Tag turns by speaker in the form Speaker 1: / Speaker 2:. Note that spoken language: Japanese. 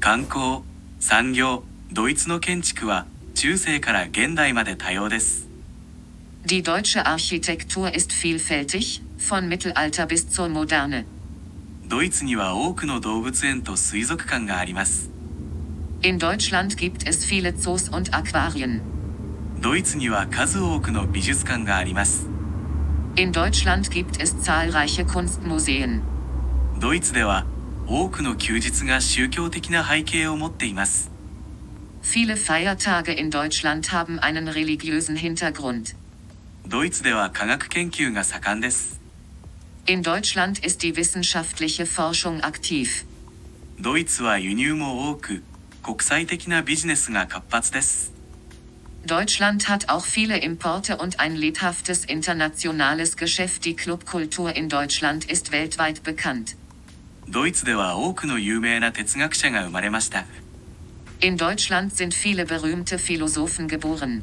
Speaker 1: 観光産業ドイツの建築は中世から現代まで多様です
Speaker 2: Die deutsche Architektur ist vielfältig, von Mittelalter bis zur Moderne.
Speaker 1: ドイツには多くの動物園と水族館があります
Speaker 2: In Deutschland gibt es viele Zoos und Aquarien.
Speaker 1: ドイツには数多くの美術館があります
Speaker 2: In Deutschland gibt es zahlreiche Kunstmuseen.
Speaker 1: ドイツでは多くの休日が宗教的な背景を持っています
Speaker 2: Viele Feiertage in Deutschland haben einen religiösen Hintergrund.
Speaker 1: ドイツでは科学研究が盛んです
Speaker 2: In Deutschland ist die wissenschaftliche Forschung aktiv.
Speaker 1: ドイツは輸入も多く国際的なビジネスが活発です
Speaker 2: Deutschland hat auch viele Importe und ein lebhaftes internationales Geschäft. Die Clubkultur in Deutschland ist weltweit bekannt.
Speaker 1: ドイツでは多くの有名な哲学者が生まれました
Speaker 2: In Deutschland sind viele berühmte Philosophen geboren.